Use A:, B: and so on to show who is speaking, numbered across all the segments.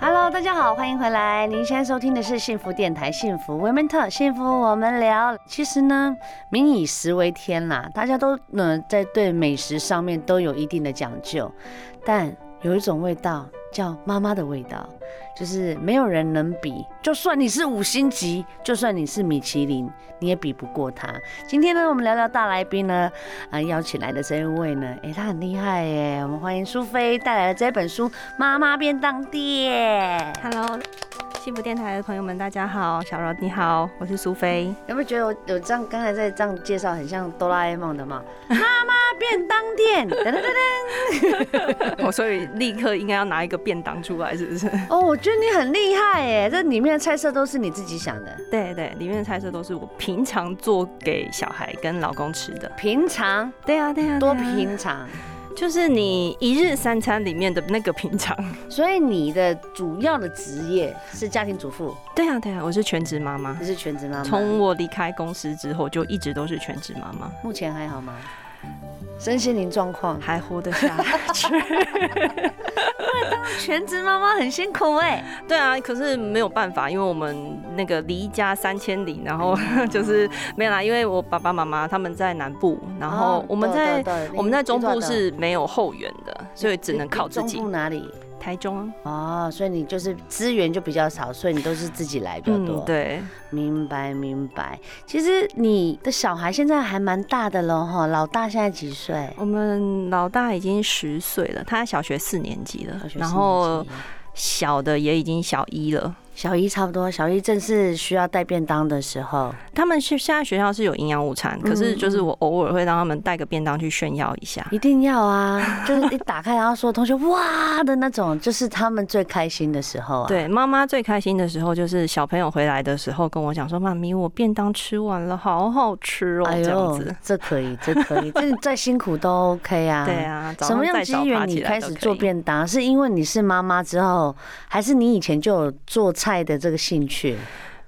A: Hello，大家好，欢迎回来。您现在收听的是幸福电台《幸福 Women Talk》，幸福我们聊。其实呢，民以食为天啦，大家都呢在对美食上面都有一定的讲究，但有一种味道叫妈妈的味道，就是没有人能比。就算你是五星级，就算你是米其林，你也比不过它。今天呢，我们聊聊大来宾呢，啊、邀请来的这一位呢，诶，他很厉害耶。我们欢迎苏菲带来的这本书《妈妈便当店》。
B: Hello，幸福电台的朋友们，大家好，小柔你好，我是苏菲。
A: 有没有觉得我有这样刚才在这样介绍，很像哆啦 A 梦的嘛？妈妈便当店，噔噔噔噔。
B: 我哦所以立刻应该要拿一个便当出来，是不是？
A: 哦，我觉得你很厉害耶，这里面的菜色都是你自己想的。
B: 对对，里面的菜色都是我平常做给小孩跟老公吃的。
A: 平常
B: 对啊对啊，
A: 多平，常，
B: 就是你一日三餐里面的那个平常。
A: 所以你的主要的职业是家庭主妇，
B: 对啊对啊，我是全职妈妈
A: 不。是全职妈妈。
B: 从我离开公司之后，就一直都是全职妈妈，
A: 目前还好吗？身心灵状况，
B: 还活得下去。
A: 全职妈妈很辛苦哎。
B: 对啊，可是没有办法，因为我们那个离家三千里，然后
A: 嗯
B: 就是没有啦，因为我爸爸妈妈他们在南部，
A: 哦
B: 然后我们在、我们在中部是没有后援的，所以只能靠自己
A: 中。部哪里？
B: 台中，
A: 哦，所以你就是资源就比较少，所以你都是自己来比较多。
B: 嗯，，对，
A: 明白明白。其实你的小孩现在还蛮大的了哈，老大现在几岁？
B: 我们老大已经十岁了，他小学四年级了
A: 小学，四
B: 然
A: 年
B: 后
A: 级
B: 小的也已经小一了。
A: 小一差不多，小一正是需要带便当的时候。
B: 他们是现在学校是有营养午餐，可是
A: 嗯
B: 就是我偶尔会让他们带个便当去炫耀一 下。
A: 一定要啊！就是一打开，然后所有同学哇的那种，就是他们最开心的时候啊。，
B: 对，妈妈最开心的时候就是小朋友回来的时候跟我讲说：“妈咪，我便当吃完了，好好吃哦。”这样子。，
A: 哎这可以，这可以，这 再辛苦都 OK 啊。
B: 对。啊，早
A: 什
B: 上
A: 么样
B: 再
A: 机
B: 早爬
A: 缘
B: 起
A: 你
B: 来
A: 开
B: 都
A: 始
B: 可
A: 做
B: 以？
A: 便当？是因为你是妈妈之后，还是你以前就有做菜的这个兴趣？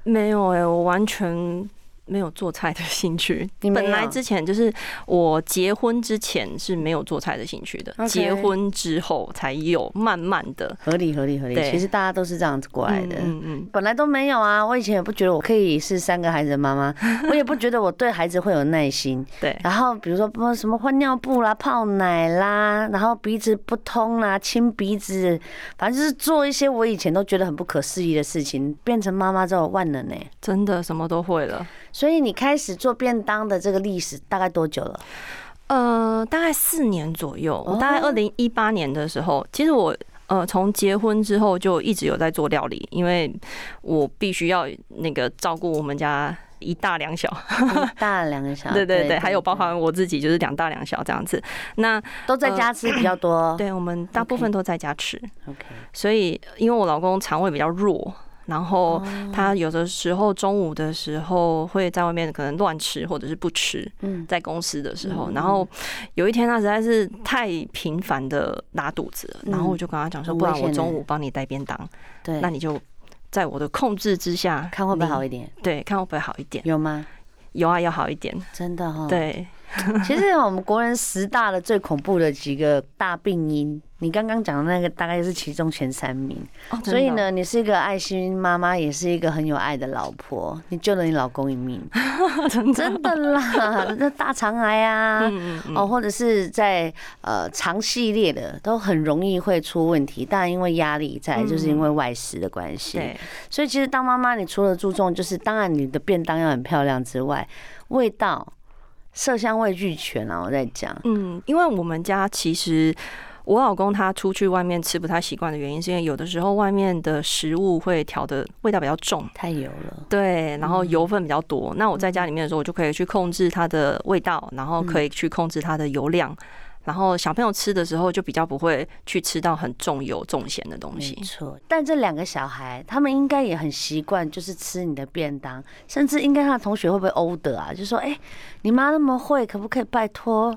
B: 没有哎、我完全。没有做菜的兴趣
A: 你，没有
B: 本来之前就是我结婚之前是没有做菜的兴趣的
A: OK
B: 结婚之后才有，慢慢的
A: 合理，合理，合理。
B: 对
A: 其实大家都是这样子过来的。
B: 嗯嗯
A: 本来都没有啊，我以前也不觉得我可以是三个孩子的妈妈，我也不觉得我对孩子会有耐心。
B: 嗯，对，
A: 然后比如说不知道什么换尿布啦、泡奶啦，然后鼻子不通啦、清鼻子，反正就是做一些我以前都觉得很不可思议的事情。变成妈妈之后万能呢、欸
B: 真的什么都会了。
A: 所以你开始做便当的这个历史大概多久 了？
B: 呃，大概四年左右，我大概
A: 哦
B: 二零一八年的时候，其实我。呃，从结婚之后就一直有在做料理，因为我必须要那个照顾我们家一大两小，
A: 一大两个小时，
B: 对啊对对，还有包含我自己就是两大两小这样子。那
A: 都在家吃比较多。嗯
B: 对我们大部分都在家吃，
A: ，OK，
B: 所以因为我老公肠胃比较弱，然后
A: 哦
B: 他有的时候中午的时候会在外面可能乱吃或者是不吃，
A: 嗯，
B: 在公司的时候
A: 嗯，
B: 然后有一天他实在是太频繁的拉肚子了，
A: 嗯
B: 然后我就跟他讲说，
A: 很
B: 不然
A: 危险
B: 我中
A: 欸
B: 午帮你带便当，
A: 对
B: 那，你就在我的控制之下，
A: 看会不会好
B: 你
A: 一点？
B: 对，看会不会好一点，
A: 有吗？
B: 有啊，要好一点，
A: 真的哈、。
B: 对，
A: 其实我们国人十大的最恐怖的几个大病因，你刚刚讲的那个大概就是其中前三名。
B: 哦
A: 所以，呢，你是一个爱心妈妈，也是一个很有爱的老婆，你救了你老公一命，
B: 真的
A: 真的啦，那大肠癌啊。
B: 嗯嗯
A: 哦，
B: 嗯，
A: 或者是在呃肠系列的都很容易会出问题，当然因为压力在，
B: 嗯
A: 就是因为外食的关系。
B: 对，
A: 所以其实当妈妈，你除了注重就是当然你的便当要很漂亮之外，味道、色香味俱全啊，我在讲。
B: 嗯，因为我们家其实。我老公他出去外面吃不太习惯的原因，是因为有的时候外面的食物会调的味道比较重，
A: 太油了，
B: 对，然后
A: 嗯
B: 油分比较多。那我在家里面的时候，我就可以去控制它的味道，
A: 嗯
B: 然后可以去控制它的油量。然后小朋友吃的时候就比较不会去吃到很重油重咸的东
A: 没
B: 西。
A: 错。但这两个小孩，他们应该也很习惯，就是吃你的便当，甚至应该他的同学会不会殴的啊？就说：“哎、你妈那么会，可不可以拜托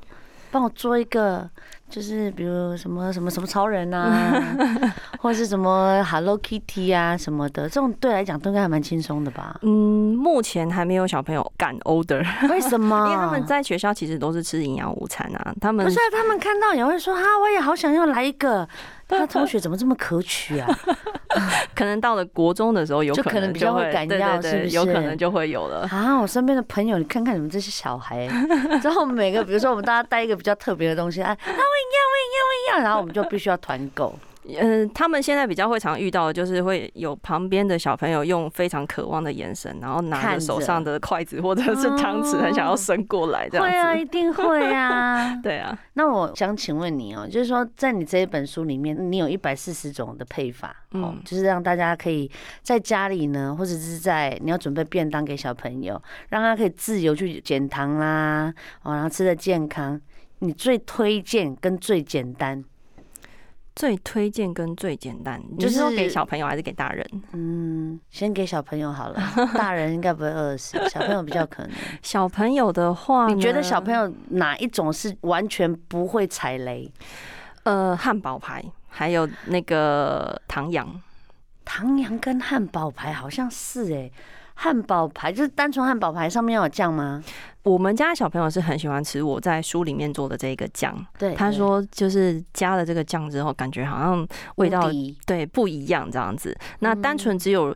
A: 帮我做一个就是比如什么什么什么超人 啊，或是什么 Hello Kitty 啊什么的，这种对来讲都应该还蛮轻松的 吧？
B: 嗯，目前还没有小朋友敢 order，
A: 为什么？
B: 因为他们在学校其实都是吃营养午餐啊，他们
A: 不是、啊、他们看到也会说哈，我也好想要来一个。他同学怎么这么可取啊？
B: 可能到了国中的时候，有
A: 可能比较会敢要，是不是？
B: 有可能就会有了。
A: 啊，我身边的朋友，你看看你们这些小孩， 然后每个，比如说我们大家带一个比较特别的东西，啊，我也要，我也要，我也要，然后我们就必须要团购。
B: 嗯、呃，他们现在比较会常遇到的就是会有旁边的小朋友用非常渴望的眼神，然后拿着手上的筷子或者是汤匙，很想要伸过来这样子。
A: 会啊，一定会啊。
B: 对啊。
A: 那我想请问你哦、喔，就是说在你这一本书里面，你有一百四十种的配法，嗯、喔，就是让大家可以在家里呢，或者是在你要准备便当给小朋友，让他可以自由去减糖啦，哦、喔，然后吃的健康。你最推荐跟最简单。
B: 最推荐跟最简单，
A: 就是
B: 给小朋友还是给大人？
A: 嗯，先给小朋友好 了，大人应该不会饿死，小朋友比较可能。
B: 小朋友的话，
A: 你觉得小朋友哪一种是完全不会踩雷？
B: 呃，汉堡排，还有那个唐扬，
A: 唐扬跟汉堡排好像是哎、欸。汉堡排就是单纯汉堡排上面有酱吗？
B: 我们家小朋友是很喜欢吃我在书里面做的这个酱。
A: 对，
B: 他说就是加了这个酱之后，感觉好像味道对不一嗯样这样子。那单纯只有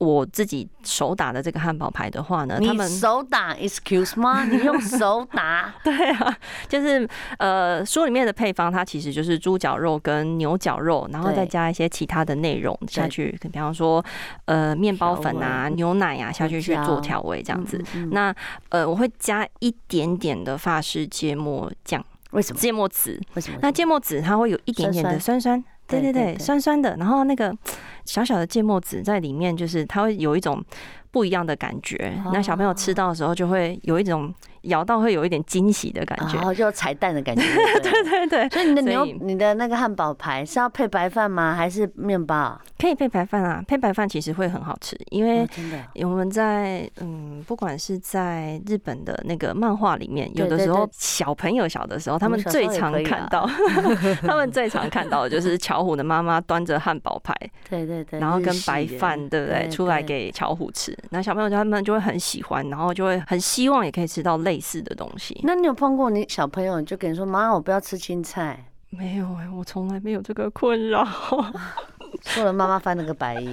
B: 我自己手打的这个汉堡排的话呢，呃他们
A: 手打，excuse me，你用手打？
B: 对啊，就是呃书里面的配方，它其实就是猪脚肉跟牛绞肉，然后再加一些其他的内容下去，比方说。呃，面包粉啊，牛奶啊，下去去做调味这样子。嗯嗯、那呃，我会加一点点的法式芥末酱，
A: 为什么？
B: 芥末籽，
A: 为什么？
B: 那芥末籽它会有一点点的酸酸，对对对，酸酸的。然后那个小小的芥末籽在里面，就是它会有一种不一样的感觉。那小朋友吃到的时候，就会有一种。咬到会有一点惊喜的感觉，
A: 然后哦就彩蛋的感觉。
B: 对 对对，
A: 所以你的牛、你的那个汉堡排是要配白饭吗？还是面包？哦
B: 可以配白饭啊，配白饭其实会很好吃，因为我们在嗯，不管是在日本的那个漫画里面，有的时候小朋友小的时候，他们最常看到， 他们最常看到的就是巧虎的妈妈端着汉堡排，
A: 对对对，
B: 然后跟白饭，对不对？出来给巧虎吃，那小朋友他们就会很喜欢，然后就会很希望也可以吃到类。类似的东西，
A: 那你有碰过你小朋友就跟你说：“妈，我不要吃青菜。”
B: 没有哎、欸，我从来没有这个困扰。
A: 说了，妈妈翻了个白眼。因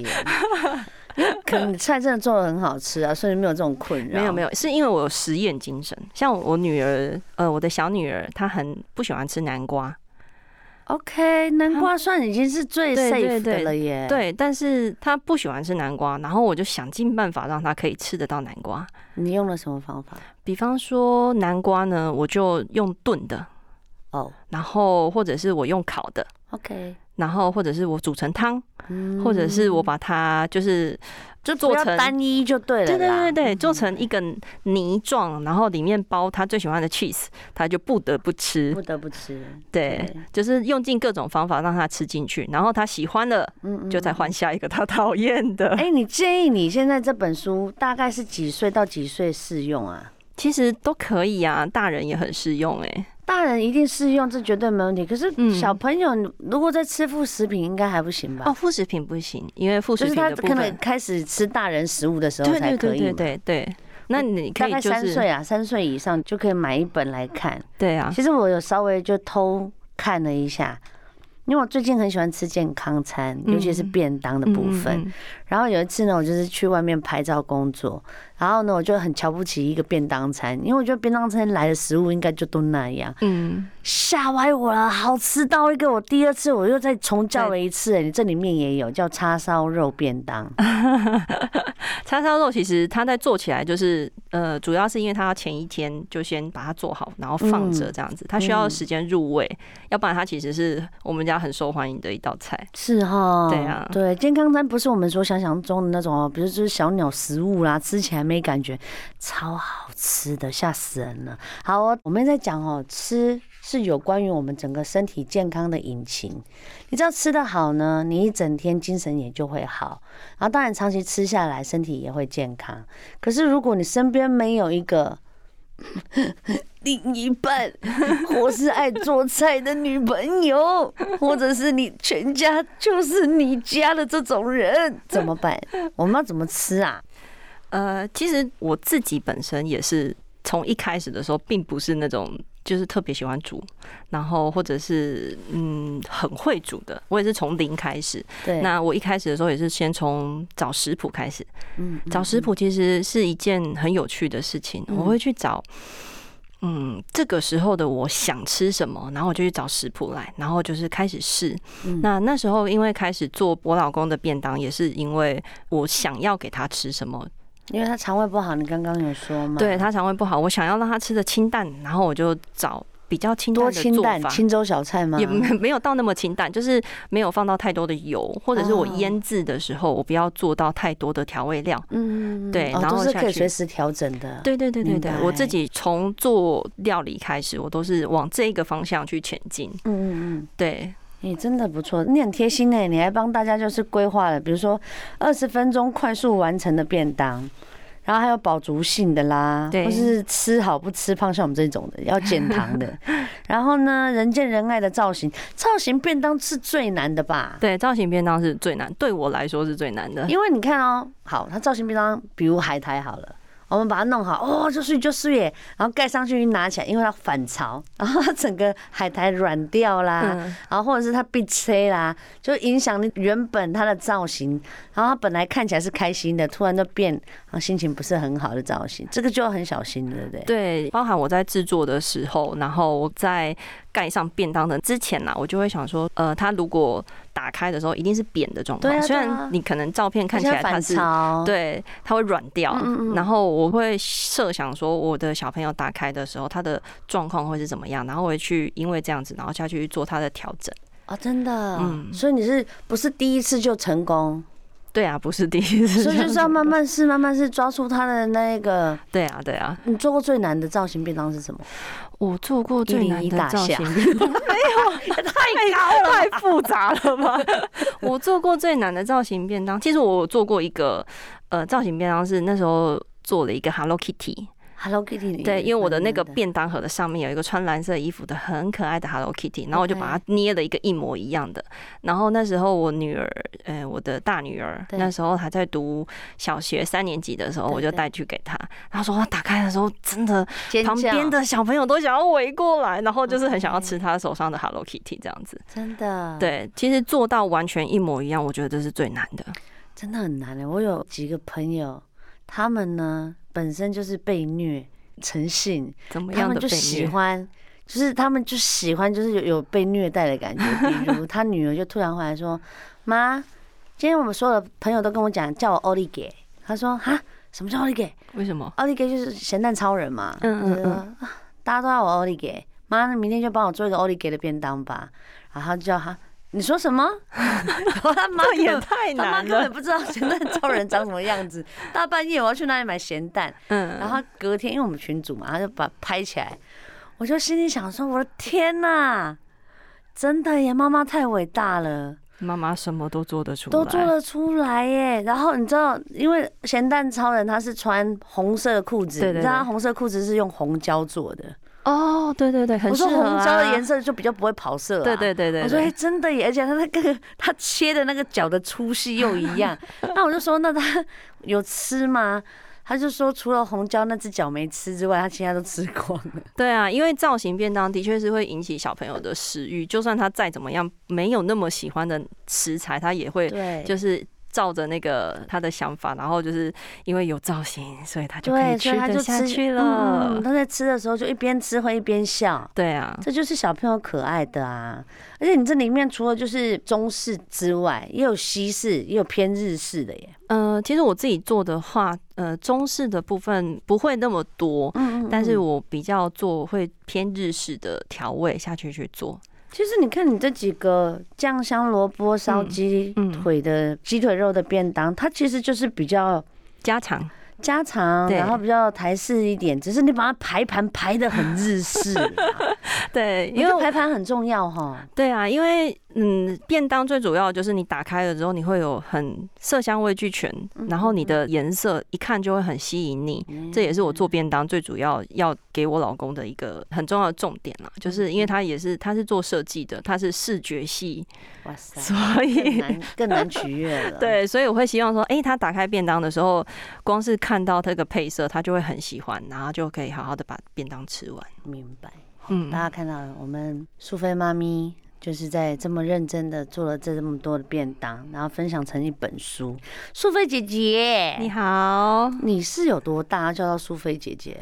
A: 为可能菜真的做的很好吃啊，所以没有这种困扰。
B: 没有没有，是因为我有实验精神。像我女儿，呃，我的小女儿，她很不喜欢吃南瓜。
A: OK，南瓜算已经是最 safe 的了耶。
B: 對,對,對,对，但是她不喜欢吃南瓜，然后我就想尽办法让她可以吃得到南瓜。
A: 你用了什么方法？
B: 比方说南瓜呢，我就用炖的
A: 哦，oh.
B: 然后或者是我用烤的
A: ，OK，
B: 然后或者是我煮成汤，嗯、或者是我把它就是
A: 就
B: 做成
A: 单一嗯就对了，对
B: 对对对，做成一个泥状，然后里面包他最喜欢的 cheese，他就不得不吃，
A: 不得不吃，
B: 对，對就是用尽各种方法让他吃进去，然后他喜欢了，嗯,嗯，就再换下一个他讨厌的。
A: 哎、欸，你建议你现在这本书大概是几岁到几岁适用啊？
B: 其实都可以啊，大人也很适用哎、欸。
A: 大人一定适用，这绝对没问题。可是
B: 嗯
A: 小朋友如果在吃副食品，应该还不行吧？
B: 哦，副食品不行，因为副食品
A: 就是他可能开始吃大人食物的时候才可以。
B: 对对对对那你可以、就是、
A: 大概三岁啊，三岁以上就可以买一本来看。
B: 对啊，
A: 其实我有稍微就偷看了一下。因为我最近很喜欢吃健康餐，
B: 嗯
A: 尤其是便当的部分。嗯嗯嗯、然后有一次呢，我就是去外面拍照工作，然后呢，我就很瞧不起一个便当餐，因为我觉得便当餐来的食物应该就都那样。嗯，吓歪我了，好吃到一个！我第二次我又再重叫了一次、欸，你这里面也有叫叉烧肉便当。
B: 叉烧肉其实它在做起来就是呃，主要是因为它要前一天就先把它做好，然后放着这样子，它需要时间入味，要不然它其实是我们家。很受欢迎的一道菜
A: 是哈，
B: 对啊，
A: 对健康餐不是我们所想象中的那种哦，比如就是小鸟食物啦，吃起来没感觉，超好吃的，吓死人了。好哦，我们在讲哦，吃是有关于我们整个身体健康的引擎。你知道吃的好呢，你一整天精神也就会好，然后当然长期吃下来，身体也会健康。可是如果你身边没有一个 另一半，或是爱做菜的女朋 友，或者是你全家就是你家的这种人，怎么办？我们要怎么吃啊？
B: 呃，其实我自己本身也是从一开始的时候，并不是那种就是特别喜欢煮，然后或者是嗯很会煮的。我也是从零开始。
A: 对，
B: 那我一开始的时候也是先从找食谱开始。
A: 嗯，嗯
B: 找食谱其实是一件很有趣的事情，我会去找。嗯，这个时候的我想吃什么，然后我就去找食谱来，然后就是开始试。
A: 嗯
B: 那那时候因为开始做我老公的便当，也是因为我想要给他吃什么，
A: 因为他肠胃不好，你刚刚有说嘛？
B: 对，他肠胃不好，我想要让他吃的清淡，然后我就找比较清淡
A: 多
B: 的
A: 清
B: 做
A: 淡，
B: 法。
A: 清粥小菜吗？
B: 也没没有到那么清淡，就是没有放到太多的油，或者是我
A: 哦
B: 腌制的时候，我不要做到太多的调味料。
A: 嗯，
B: 对
A: 哦
B: 然
A: 都
B: 后
A: 是
B: 下
A: 可以
B: 去
A: 随时调整的。
B: 对对对对
A: 明
B: 对
A: 白，
B: 我自己从做料理开始，我都是往这个方向去前进。
A: 嗯，嗯嗯，
B: 对，
A: 你真的不错，你很贴心呢，你还帮大家就是规划了，比如说二十分钟快速完成的便当。然后还有饱足性的啦，
B: 对
A: 或是吃好不吃胖，像我们这种的要减糖 的。然后呢，人见人爱的造型，造型便当是最难的吧？
B: 对，造型便当是最难，对我来说是最难的。
A: 因为你看哦，好，它造型便当，比如海苔好了。我们把它弄好，哦，就是就是耶，然后盖上去一拿起来，因为它反潮，然后它整个海苔软掉啦，
B: 嗯，
A: 然后或者是它被吹啦，就影响你原本它的造型。然后它本来看起来是开心的，突然就变，然后心情不是很好的造型，这个就要很小心，对不对？
B: 对，包含我在制作的时候，然后我在盖上便当的之前啊呢，我就会想说，呃，它如果打开的时候一定是扁的状
A: 对啊
B: 况，
A: 对啊
B: 虽然你可能照片看起
A: 而且
B: 来
A: 它
B: 它
A: 反
B: 是。
A: 潮，，
B: 对，它会软掉，
A: 嗯嗯嗯
B: 然后我会设想说，我的小朋友打开的时候，他的状况会是怎么样，然后我会去因为这样子，然后下去做他的调整。
A: 哦，真的，
B: 嗯
A: 所以你是不是第一次就成 功？
B: 对啊，不是第一次这
A: 所
B: 样
A: 以
B: 子，
A: 就是要慢慢试，慢慢试，抓住它的那个。
B: 对啊，对啊，
A: 你做过最难的造型便当是什么？
B: 我做过最难
A: 一零一
B: 的
A: 大
B: 造
A: 侠
B: 型，没有，太高了，太复杂了吧？ 我做过最难的造型便当，其实我做过一个呃造型便当是那时候。做了一个 Hello Kitty，
A: Hello Kitty，
B: 对，因为我的那个
A: 对
B: 便当盒的上面有一个穿蓝色衣服的很可爱的 Hello Kitty，然后我就
A: OK
B: 把它捏了一个一模一样的。然后那时候我女儿，呃，我的大女儿
A: 对
B: 那时候还在读小学三年级的时候，
A: 对
B: 我就
A: 对
B: 带去给她。她说她打开的时候真的
A: 尖
B: 旁
A: 叫
B: 边的小朋友都想要围过来，然后就是很想要吃他手上的 Hello Kitty 这样子。
A: 真的，，
B: 对，其实做到完全一模一样，我觉得这是最难的。
A: 真的很难的。欸我有几个朋友，他们呢本身就是被虐成性，
B: 怎么
A: 他
B: 样
A: 们
B: 的
A: 就
B: 被
A: 喜
B: 虐？
A: 欢。就是他们就喜欢，就是有有被虐待的感觉。 比如他女儿就突然回来说：“妈，今天我们所有的朋友都跟我讲，叫我欧丽给。”他说：“哈，什么叫欧丽给？
B: 为什么？
A: 奥利给就是咸蛋超人嘛，
B: 嗯嗯
A: 就是说啊大家都要我奥利给，妈，那明天就帮我做一个奥利给的便当吧。然后他就叫他，你说什么？ 然后他妈
B: 这
A: 根
B: 也
A: 本
B: 太
A: 他妈
B: 难
A: 根
B: 了
A: 本。不知道咸蛋超人长什么样子，大半夜我要去哪里买咸蛋？
B: 嗯，
A: 然后隔天因为我们群主嘛，他就把拍起来，我就心里想说，我的天呐、真的耶，妈妈太伟大了。
B: 妈妈什么都做得出来，
A: 都做得出来耶。然后你知道，因为咸蛋超人他是穿红色的裤子，
B: 对对对
A: 你知道他红色裤子是用红胶做的。
B: 哦，对对对，很
A: 我
B: 适
A: 说
B: 合、
A: 红
B: 啊、
A: 胶的颜色就比较不会跑色、啊。
B: 对对对对，
A: 我说哎、
B: 对
A: 诶真的耶，而且他那个他切的那个角的粗细又一 样。那我就说，那他有吃吗？他就说，除了红椒那只脚没吃之外，他其他都吃光了。
B: 对啊，因为造型便当的确是会引起小朋友的食欲，就算他再怎么样没有那么喜欢的食材，他也会
A: 对，
B: 就是照着那个他的想法，然后就是因为有造型，所以他就可
A: 对，
B: 以
A: 所
B: 吃
A: 以他
B: 得
A: 就
B: 下
A: 吃
B: 去
A: 嗯
B: 了。
A: 他在吃的时候就一边吃会一边笑。
B: 对啊，
A: 这就是小朋友可爱的啊！而且你这里面除了就是中式之外，也有西式，也有偏日式的耶。
B: 呃，其实我自己做的话，呃，中式的部分不会那么多，
A: 嗯
B: 但是我比较做会偏日式的调味下去去做。
A: 其实你看你这几个酱香萝卜烧鸡
B: 嗯嗯
A: 腿的鸡腿肉的便当，它其实就是比较
B: 家常，
A: 家常，
B: 对
A: 然后比较台式一点，只是你把它排盘排的很日式啦，
B: 对，
A: 因
B: 因
A: 为
B: 为
A: 排盘很重要哈。
B: 对啊，因为嗯，便当最主要的就是你打开了之后，你会有很色香味俱全，
A: 嗯
B: 然后你的颜色一看就会很吸引你。这也是我做便当最主要要给我老公的一个很重要的重点啦，
A: 嗯
B: 就是因为他也是他是做设计的，他是视觉系，
A: 哇塞，
B: 所
A: 更
B: 以。
A: 难更难取悦 了。，
B: 对，所以我会希望说，诶，他打开便当的时候，光是看到这个配色，他就会很喜欢，然后就可以好好的把便当吃完。
A: 明白。
B: 嗯
A: 大，家看到了我们苏菲妈咪。就是在这么认真的做了这么多的便当，然后分享成一本书。苏菲姐姐，
B: 你好，
A: 你是有多大叫到苏菲姐姐？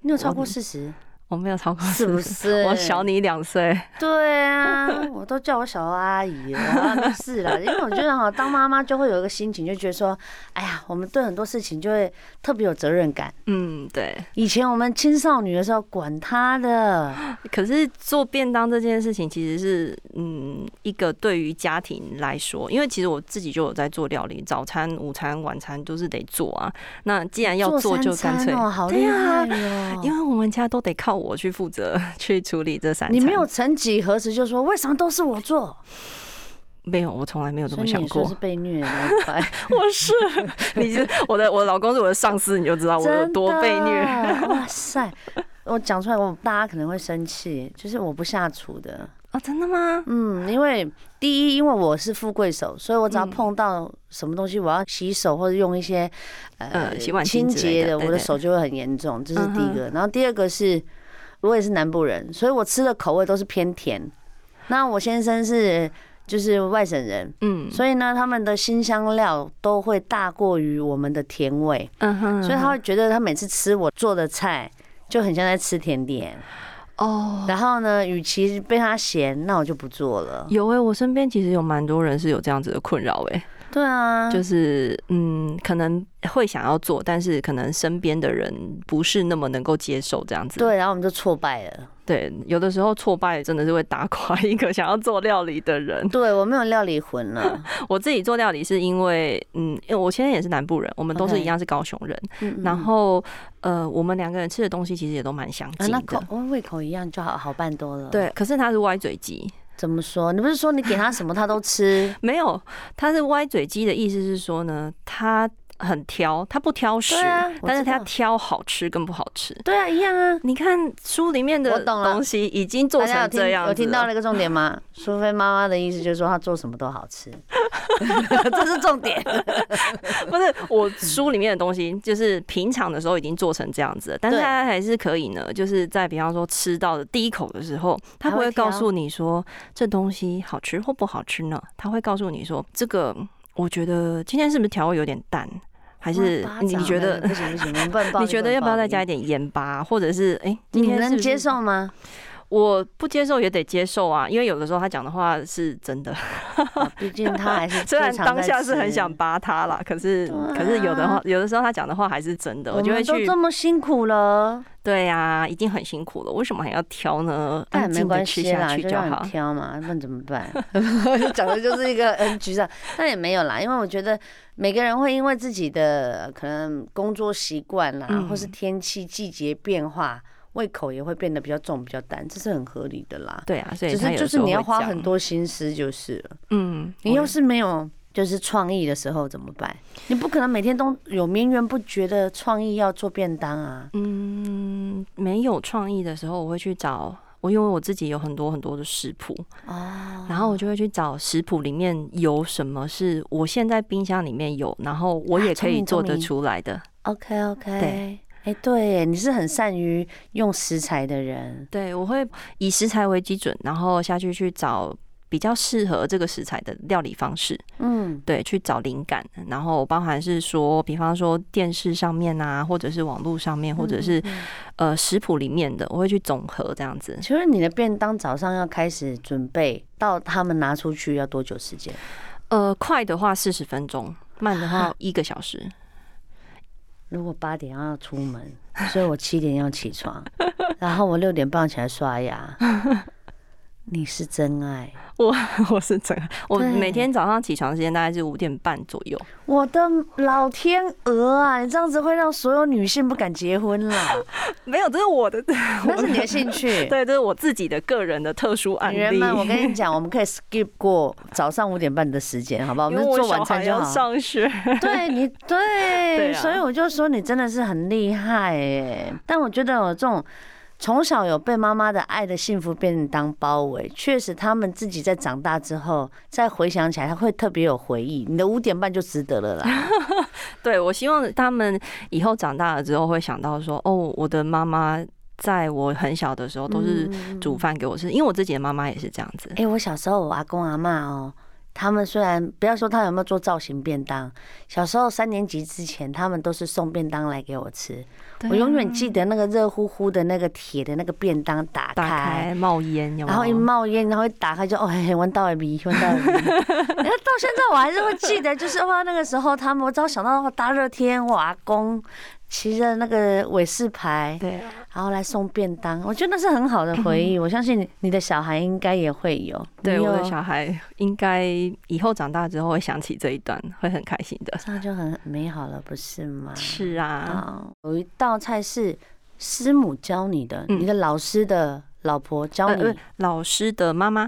A: 你有超过四十
B: 我没有超过
A: 是不
B: 40
A: 是？
B: 我小你两岁。
A: 对啊，我都叫我小阿姨了，啊没事啦。因为我觉得哈，当妈妈就会有一个心情，就觉得说，哎呀，我们对很多事情就会特别有责任感。
B: 嗯，对。
A: 以前我们青少年的时候，管他的，
B: 可是做便当这件事情，其实是嗯一个对于家庭来说，因为其实我自己就有在做料理，早餐、午餐、晚餐都是得做啊。那既然要做，
A: 三
B: 就干
A: 餐
B: 脆。
A: 哦，好
B: 对
A: 厉
B: 啊
A: 害哦。
B: 因为我们家都得靠我去负责去处理这三餐，
A: 你没有曾几何时就说为什么都是我做？
B: 没有，我从来没有这
A: 所
B: 么
A: 以
B: 想
A: 你
B: 过
A: 说是。被虐的那一块，
B: 我是，你是我的，我老公是我的上司，你就知道 我有多被虐。
A: 真的哇塞！我讲出来，我大家可能会生气，就是我不下厨的。
B: 哦，真的吗？
A: 嗯，因为第一，因为我是富贵手，所以我只要
B: 嗯
A: 碰到什么东西，我要洗手或者用一些
B: 呃洗碗
A: 清
B: 巾之类
A: 洁
B: 的
A: 的，
B: 对嗯
A: 我的
B: 对
A: 手就会很严重，这是第一个。然后第二个是，我也是南部人，所以我吃的口味都是偏甜。那我先生是就是外省人，
B: 嗯
A: 所以呢，他们的辛香料都会大过于我们的甜味，
B: 嗯哼，
A: 所以他会觉得他每次吃我做的菜就很像在吃甜点。
B: 哦。
A: 然后呢，与其被他嫌，那我就不做了。
B: 有诶、我身边其实有蛮多人是有这样子的困扰欸诶、
A: 对啊，
B: 就是嗯，可能会想要做，但是可能身边的人不是那么能够接受这样子。
A: 对，然后我们就挫败了。
B: 对，有的时候挫败真的是会打垮一个想要做料理的人。
A: 对我没有料理魂了，
B: 我自己做料理是因为，嗯，因为我现在也是南部人，我们都是
A: OK
B: 一样是高雄人。
A: 嗯嗯
B: 然后呃，我们两个人吃的东西其实也都蛮相
A: 啊
B: 近
A: 那
B: 的
A: 口。嗯我胃口一样就好好办多了。，
B: 对，可是他是歪嘴鸡，？
A: 怎么说？你不是说你给他什么他都吃
B: 没有，他是歪嘴鸡的意思是说呢，他很挑，他不挑食，
A: 对啊我
B: 但是
A: 知
B: 他
A: 道
B: 挑好吃跟不好吃。
A: 对啊，一样啊。
B: 你看书里面
A: 我
B: 的
A: 懂了
B: 东西已经做
A: 大家有
B: 成
A: 听
B: 这样啊
A: 有听到
B: 了
A: 那个重点吗？苏菲妈妈的意思就是说她做什么都好 吃，这是重点。
B: 不是我书里面的东西，就是平常的时候已经做成这样子了，但是
A: 对
B: 他还是可以呢，就是在比方说吃到的第一口的时候，他不
A: 还
B: 会
A: 会挑
B: 告诉你说这东西好吃或不好吃呢，他会告诉你说这个我觉得今天是不是调味有点淡，还是
A: 哇巴
B: 你
A: 掌
B: 觉得
A: 哎不行不行，我们不 能报
B: 你
A: 应
B: 觉得要不要再加一？
A: 能报
B: 点盐巴，或者是哎、今
A: 应你
B: 天是
A: 能
B: 不是
A: 接？受 吗？
B: 我不接受也得接受啊，因为有的时候他讲的话是真的。
A: 啊毕竟他还是
B: 虽然
A: 经常在
B: 当下是很
A: 吃
B: 想扒他啦，可是、
A: 对啊
B: 可是有的话，有的时候他讲的话还是真的，我就会
A: 们都
B: 去
A: 这。么辛苦了，
B: 对呀、已经很辛苦了，为什么还要挑呢？
A: 但也
B: 安
A: 没
B: 静的
A: 关
B: 吃
A: 系啦，
B: 下去
A: 就
B: 就
A: 让
B: 好
A: 你。挑嘛，那怎么 办？讲的就是一 个
B: 嗯
A: 很沮丧，但也没有啦，因为我觉得每个人会因为自己的可能工作习惯啦，
B: 嗯
A: 或是天气季节变化，胃口也会变得比较重、比较淡，这是很合理的啦。
B: 对啊，所以
A: 只
B: 他
A: 是
B: 有
A: 就是
B: 时候
A: 你要
B: 会
A: 花
B: 讲
A: 很，多心思就是了。
B: 嗯，
A: 你要
B: 我
A: 是没有就是创意的时候怎么办？你不可能每天都有绵源不绝的创意要做便当啊。
B: 嗯没有创意的时候，我会去找我，因为我自己有很多很多的食谱，
A: 哦，
B: 然后我就会去找食谱里面有什么是我现在冰箱里面有，然后我也
A: 啊
B: 可
A: 聪
B: 以
A: 明
B: 做
A: 聪
B: 得
A: 明
B: 出来的。
A: OK OK，
B: 对
A: 哎、对耶，你是很善于用食材的人，
B: 对，我会以食材为基准，然后下去去找比较适合这个食材的料理方式，
A: 嗯，
B: 对，去找灵感，然后包含是说，比方说电视上面啊，或者是网络上面，或者是
A: 嗯。嗯
B: 呃食谱里面的，我会去总和这样子
A: 嗯。就是你的便当早上要开始准备，到他们拿出去要多久时间？
B: 呃，快的话四十分钟，慢的 话一个小时。
A: 如果八点要出 门， 所以我七点要起床，然后我六点半起来刷牙，你是真爱，
B: 我我是真爱，我
A: 对
B: 每天早上起床时间大概是五点半左右。
A: 我的老天鹅啊！你这样子会让所有女性不敢结婚 啦。
B: 没有，这是我的，
A: 那是你的兴趣。
B: 对，这是我自己的个人的特殊 案
A: 女
B: 例。
A: 人们，我跟你讲，我们可以 skip 过早上五点半的时间，好不好？
B: 因
A: 们
B: 为我
A: 做
B: 小
A: 晚
B: 孩
A: 餐就
B: 要
A: 好。
B: 上学，
A: 对你对，
B: 对啊
A: 所以我就说你真的是很厉害哎。但我觉得有这种从小有被妈妈的爱的幸福便当包围，确实他们自己在长大之后再回想起来，他会特别有回忆。你的五点半就值得了啦。
B: 对我希望他们以后长大了之后会想到说，哦，我的妈妈在我很小的时 候都是
A: 嗯
B: 煮饭给我吃，因为我自己的妈妈也是这样子
A: 哎、。我小时候我阿公阿嬷哦，他们虽然不要说他有没有做造型便当，小时候三年级之前他们都是送便当来给我吃。我永远记得那个热乎乎的那个铁的那个便当打
B: 打
A: 开。
B: 开冒烟，有没
A: 然后一
B: 有
A: 冒烟，然后一打开就哦，嘿嘿，闻到了 鼻，闻到了鼻。然后到现在我还是会记得，就是哇，那个时候他们，我只要想到哇大热天，我阿公骑着那个尾士牌，
B: 对啊，
A: 然后来送便当，我觉得那是很好的回 忆。我相信你你的小孩应该也会有。
B: 对
A: 你
B: 我的
A: 有
B: 小孩应该以后长大之后会想起这一段，会很开心的。
A: 这样就很美好了，不是吗？
B: 是啊，
A: 啊，有一道菜是师母教你的，
B: 嗯
A: 你的老师的老婆教
B: 呃
A: 你。
B: 呃老师的妈妈，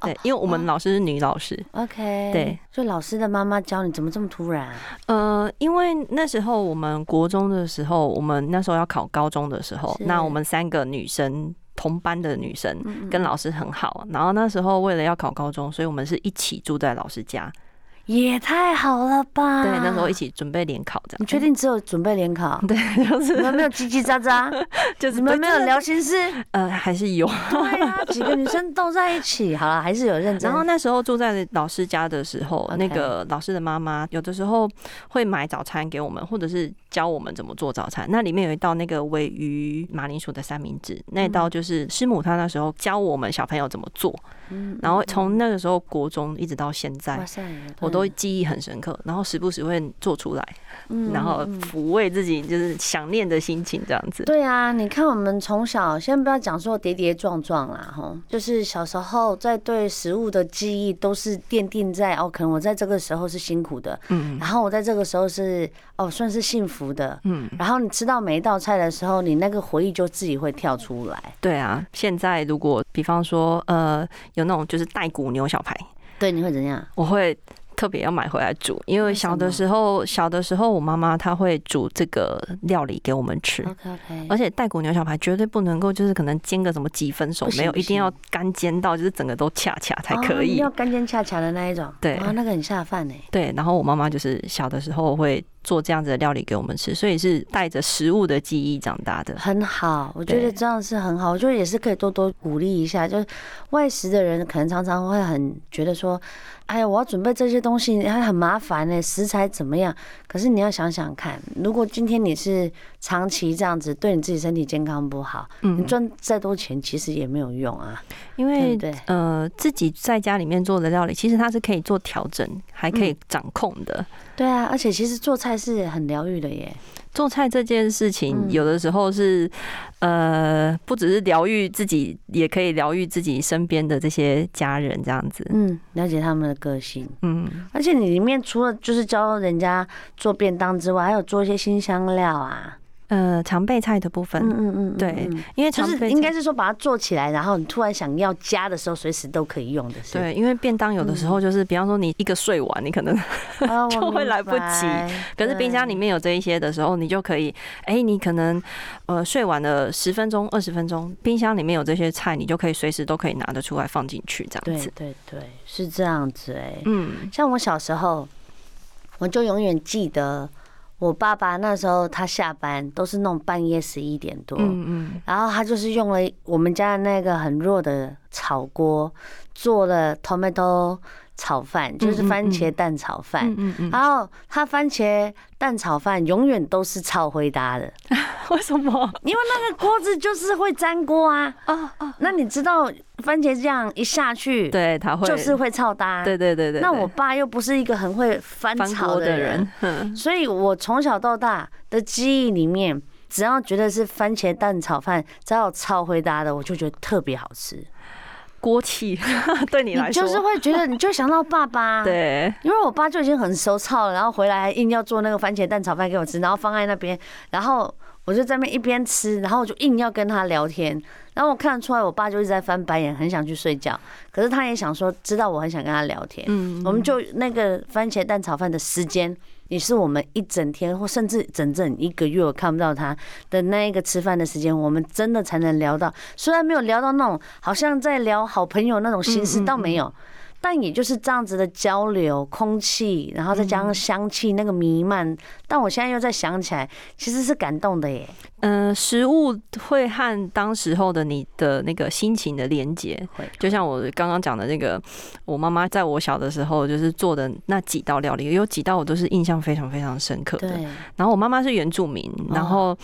A: 哦
B: 对，因为我
A: 啊
B: 们老师是女老师，
A: OK，
B: 对，
A: 所以老师的妈妈教你，怎么这么突然啊？
B: 呃，因为那时候我们国中的时候，我们那时候要考高中的时候，
A: 是
B: 那我们三个女生。同班的女生
A: 嗯
B: 跟老师很好，然后那时候为了要考高中，所以我们是一起住在老师家。
A: 也太好了吧？
B: 对，那时候一起准备联考这样。
A: 啊你确？定只有准备联考？
B: 对，就是
A: 你们没有叽叽喳喳，
B: 就是
A: 你们没有
B: 对
A: 聊心事，
B: 呃，还是有。
A: 对啊，几个女生斗在一起， 好了，还是有认真。
B: 然后那时候住在老师家的时候
A: OK
B: 那个老师的妈妈有的时候会买早餐给我们，或者是教我们怎么做早餐。那里面有一道那个尾鱼马铃薯的三明治，那一道就是师母她那时候教我们小朋友怎么做。
A: 嗯，
B: 然后从那个时候国中一直到现在
A: 哇，塞，
B: 我都记忆很深刻。然后时不时会做出来，
A: 嗯
B: 然后
A: 嗯嗯
B: 抚慰自己就是想念的心情这样子。
A: 对啊，你看我们从小，先不要讲说跌跌撞撞啦，吼，就是小时候在对食物的记忆都是奠定在哦，可能我在这个时候是辛苦的，
B: 嗯
A: 然后我在这个时候是哦算是幸福的，
B: 嗯，
A: 然后你吃到每一道菜的时候，你那个回忆就自己会跳出来，
B: 对啊。现在如果比方说呃有那种就是带骨牛小排。
A: 对，你会怎样？
B: 我会特别要买回来煮，因为
A: 为什
B: 小
A: 么
B: 的时候，小的时候我妈妈她会煮这个料理给我们吃。
A: OK OK，
B: 而且带骨牛小排绝对不能够，就是可能煎个什么几分熟
A: 不，行
B: 没有，
A: 不
B: 一
A: 行
B: 定要干煎到就是整个都恰恰才可以。
A: 哦啊要干干恰恰的那一种，
B: 对
A: 啊，那个很下饭呢。
B: 对，然后我妈妈就是小的时候会做这样子的料理给我们吃，所以是带着食物的记忆长大的。
A: 很好，我觉得
B: 对
A: 这样是很好，我觉得也是可以多多鼓励一下。就是外食的人可能常常会很觉得说，哎呀，我要准备这些东西还很麻烦呢、欸食材怎么样？可是你要想想看，如果今天你是长期这样子，对你自己身体健康不好，你
B: 嗯，
A: 赚再多钱其实也没有用啊，
B: 因
A: 对
B: 为
A: 不对？
B: 呃自己在家里面做的料理，其实它是可以做调整，还可以
A: 嗯
B: 掌控的。
A: 对啊，而且其实做菜是很疗愈的耶。
B: 做菜这件事情
A: 嗯，
B: 有的时候是，呃，不只是疗愈自己，也可以疗愈自己身边的这些家人，这样子。
A: 嗯，了解他们的个性。
B: 嗯，
A: 而且你里面除了就是教人家做便当之外，还有做一些新香料啊。
B: 呃，常备菜的部分，
A: 嗯嗯嗯，嗯
B: 对
A: 嗯
B: 因为
A: 就
B: 常备
A: 是
B: 菜
A: 应该是说把它做起来，然后你突然想要加的时候，随时都可以用的是。
B: 对，因为便当有的
A: 嗯
B: 时候就是，比方说你一个睡完，你可 能，
A: 啊，我
B: 就会
A: 明
B: 来不及
A: 白
B: 可是冰箱里面有这一些的时候，你就可以，哎，你可能，呃，睡完了十分钟、二十分钟，冰箱里面有这些菜，你就可以随时都可以拿得出来放进去，这
A: 对
B: 样子。
A: 对对，是这样子哎、
B: 嗯，
A: 像我小时候，我就永远记得我爸爸那时候他下班都是弄半夜十一点多，
B: 嗯嗯，
A: 然后他就是用了我们家的那个很弱的炒锅做了 tomato 炒饭，就是番茄蛋炒饭。
B: 嗯嗯嗯，
A: 然后他番茄蛋炒饭永远都是超灰搭的，
B: 为什么？
A: 因 为那个锅子就是会粘锅啊。
B: 啊啊，
A: 那你知道番茄酱一下去，
B: 对，他会，
A: 就是，会超搭。
B: 对对对对。
A: 那
B: 对
A: 我爸又不是一个很会翻
B: 翻
A: 炒
B: 锅
A: 的
B: 的
A: 人，
B: 人，嗯
A: 所以我从小到大的记忆里面，只要觉得是番茄蛋炒饭，只要有超回答的，我就觉得特别好吃。
B: 锅气， 对你来
A: 你
B: 说
A: 就是会啊觉得，你就想到爸爸。，
B: 对。
A: 因为我爸就已经很手操了，然后回来还硬要做那个番茄蛋炒饭给我吃，然后放在那边，然后我就在那边一边吃，然后我就硬要跟他聊天，然后我看得出来我爸就一直在翻白眼，很想去睡觉，可是他也想说知道我很想跟他聊天，
B: 嗯
A: 我们就那个番茄蛋炒饭的时间。也是我们一整天，或甚至整整一个月，我看不到他的那一个吃饭的时间，我们真的才能聊到。虽然没有聊到那种好像在聊好朋友那种心事，
B: 嗯嗯
A: 倒没有，但也就是这样子的交流，空气，然后再加上香气那个弥漫。但我现在又再想起来，其实是感动的耶。
B: 嗯、食物会和当时候的你的那个心情的连接
A: 会，
B: 就像我刚刚讲的那个，我妈妈在我小的时候就是做的那几道料理，有几道我都是印象非常非常深刻的。
A: 对，哦
B: 然后我妈妈是原住民，然后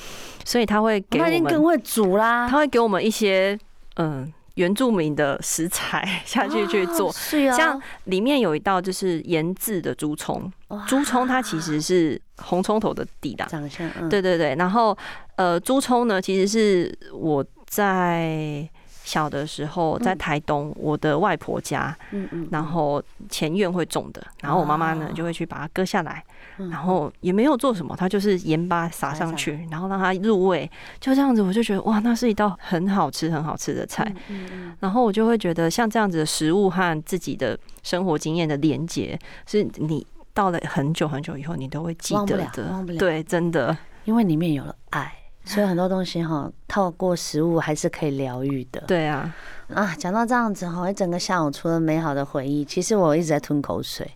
B: 所以她会给我
A: 那已经更
B: 们，
A: 会煮 啦，
B: 她会给我们一些嗯、原住民的食材 下去去做
A: 啊。是啊，
B: 像里面有一道就是腌制的猪葱，
A: 哇
B: 猪葱它其实是红葱头的底啦，
A: 长相，嗯，
B: 对对对，然后呃，猪葱呢，其实是我在小的时候在
A: 嗯
B: 台东、我的外婆家，
A: 嗯嗯，
B: 然后前院会种的，然后我妈妈呢
A: 哦
B: 就会去把它割下来，
A: 嗯
B: 然后也没有做什么，她就是盐巴撒
A: 撒
B: 上
A: 上
B: 去，然后让它入味，就这样子，我就觉得哇，那是一道很好吃很好吃的菜。
A: 嗯嗯嗯
B: 然后我就会觉得，像这样子的食物和自己的生活经验的连接，是你到了很久很久以后，你都会记
A: 忘不
B: 得
A: 了
B: 的
A: 忘不。了
B: 对，真的，
A: 因为里面有了爱，所以很多东西哈，透过食物还是可以疗愈的。
B: 对啊。
A: 啊，讲到这样子哈，一整个下午除了美好的回忆，其实我一直在吞口水，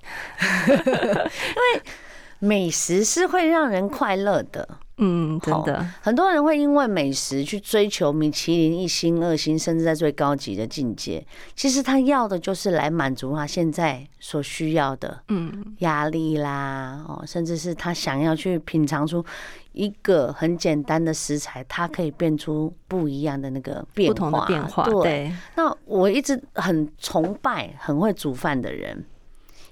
A: 因为美食是会让人快乐的。
B: 嗯，真
A: 好
B: 的，
A: 很多人会因为美食去追求米其林一星、二星，甚至在最高级的境界。其实他要的就是来满足他现在所需要的
B: 嗯，
A: 压力啦，哦，甚至是他想要去品尝出一个很简单的食材，它可以变出不一样的那个变
B: 不
A: 化。
B: 同的变化，
A: 对。
B: 对，
A: 那我一直很崇拜很会煮饭的人，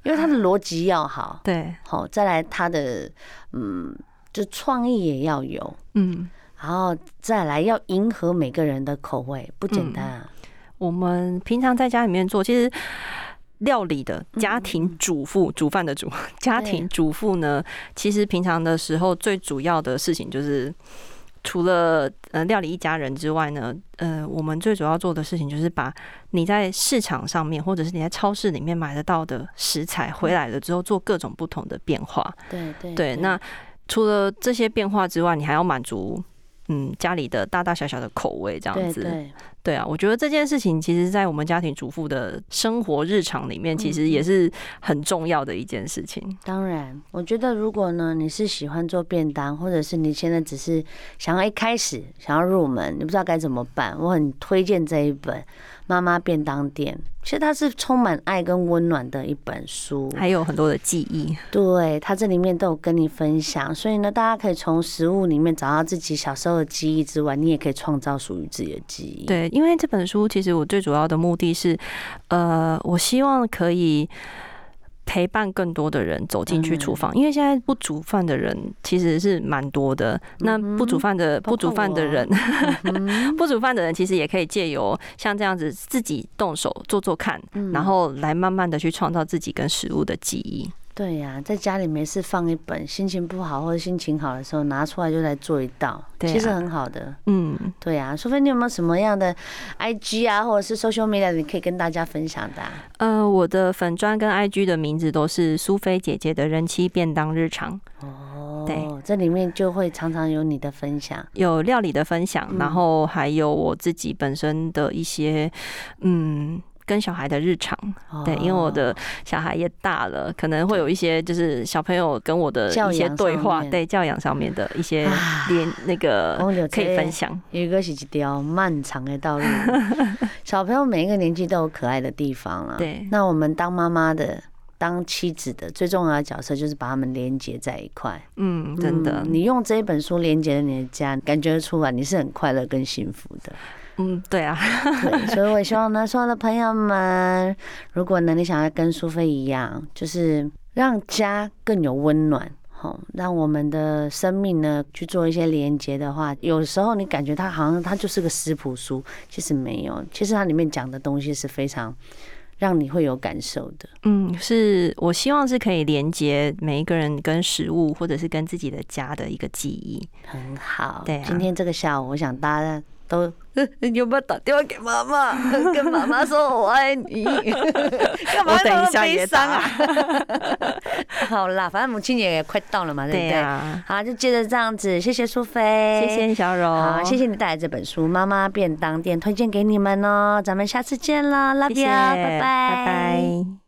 A: 因为他的逻辑要好，
B: 对，
A: 好、再来他的嗯，就创意也要有，
B: 嗯，
A: 然后再来要迎合每个人的口味，不
B: 嗯
A: 简单啊。
B: 我们平常在家里面做，其实。料理的家庭主妇，煮饭的煮，家庭主妇呢，其实平常的时候最主要的事情就是，除了呃料理一家人之外呢，呃，我们最主要做的事情就是把你在市场上面或者是你在超市里面买得到的食材回来了之后，做各种不同的变化。
A: 对嗯对
B: 对，那除了这些变化之外，你还要满足嗯家里的大大小小的口味这样
A: 对
B: 子。
A: 对
B: 对啊，我觉得这件事情其实，在我们家庭主妇的生活日常里面，
A: 嗯
B: 其实也是很重要的一件事情。
A: 当然，我觉得如果呢，你是喜欢做便当，或者是你现在只是想要一开始想要入门，你不知道该怎么办，我很推荐这一本《妈妈便当店》。其实它是充满爱跟温暖的一本书，
B: 还有很多的记忆，
A: 对，它这里面都有跟你分享，所以呢，大家可以从食物里面找到自己小时候的记忆之外，你也可以创造属于自己的记忆。，
B: 对，因为这本书其实我最主要的目的是，呃，我希望可以陪伴更多的人走进去
A: 当然
B: 厨房，因为现在不煮饭的人其实是蛮多的。那
A: 嗯哼
B: 不煮饭的
A: 包
B: 不煮
A: 括
B: 饭的
A: 我
B: 人，
A: 嗯
B: 不煮饭的人其实也可以借由像这样子自己动手做做看，
A: 嗯
B: 然后来慢慢的去创造自己跟食物的记忆。
A: 对呀、在家里没事放一本，心情不好或者心情好的时候拿出来就来做一道，
B: 对
A: 其实
B: 啊
A: 很好的。
B: 嗯，
A: 对啊，除非你有没有什么样的 IG 啊，或者是 social media，你可以跟大家分享的、啊。
B: 呃，我的粉砖跟 IG 的名字都是苏菲姐姐的人妻便当日常，
A: 哦，
B: 对，
A: 这里面就会常常有你的分享。
B: 有料理的分享，
A: 嗯
B: 然后还有我自己本身的一些，嗯。跟小孩的日常，
A: 啊
B: 对，因为我的小孩也大了，可能会有一些就是小朋友跟我的
A: 教
B: 一些
A: 养
B: 对
A: 上
B: 话，
A: 面
B: 对教养上面的一些
A: 啊
B: 连那个可以分。享。
A: 有一个是一条漫长的 道路，小朋友每一个年纪都有可爱的地方啦、，
B: 对，
A: 那我们当妈妈的、当妻子的最重要的角色就是把他们连接在一块。
B: 嗯，真的，
A: 嗯你用这一本书连接了你的家，感觉得出来你是很快乐跟幸福的。
B: 嗯，对啊，
A: 对，所以我也希望呢，所有的朋友们，如果呢你想要跟苏菲一样，就是让家更有温暖。哦，让我们的生命呢去做一些连接的话，有时候你感觉它好像它就是个食谱书，其实没有，其实它里面讲的东西是非常让你会有感受的。
B: 嗯，是我希望是可以连接每一个人跟食物，或者是跟自己的家的一个记忆。
A: 很好，
B: 对啊
A: 今天这个下午，我想大家 都有没有打电话给妈妈， 跟妈妈说我爱你？ 干嘛
B: 我等一
A: 那么
B: 下
A: 悲
B: 也
A: 伤啊？ 好啦，反正母亲节也快到了嘛，对不
B: 对
A: 对？
B: 呀、
A: 好，就接着这样子，谢谢苏菲，
B: 谢哦谢小柔，
A: 好，谢谢你带来这本书《妈妈便当店》，推荐给你们哦。咱们下次见喽，love you，
B: 谢谢，
A: 拜拜，
B: 拜拜。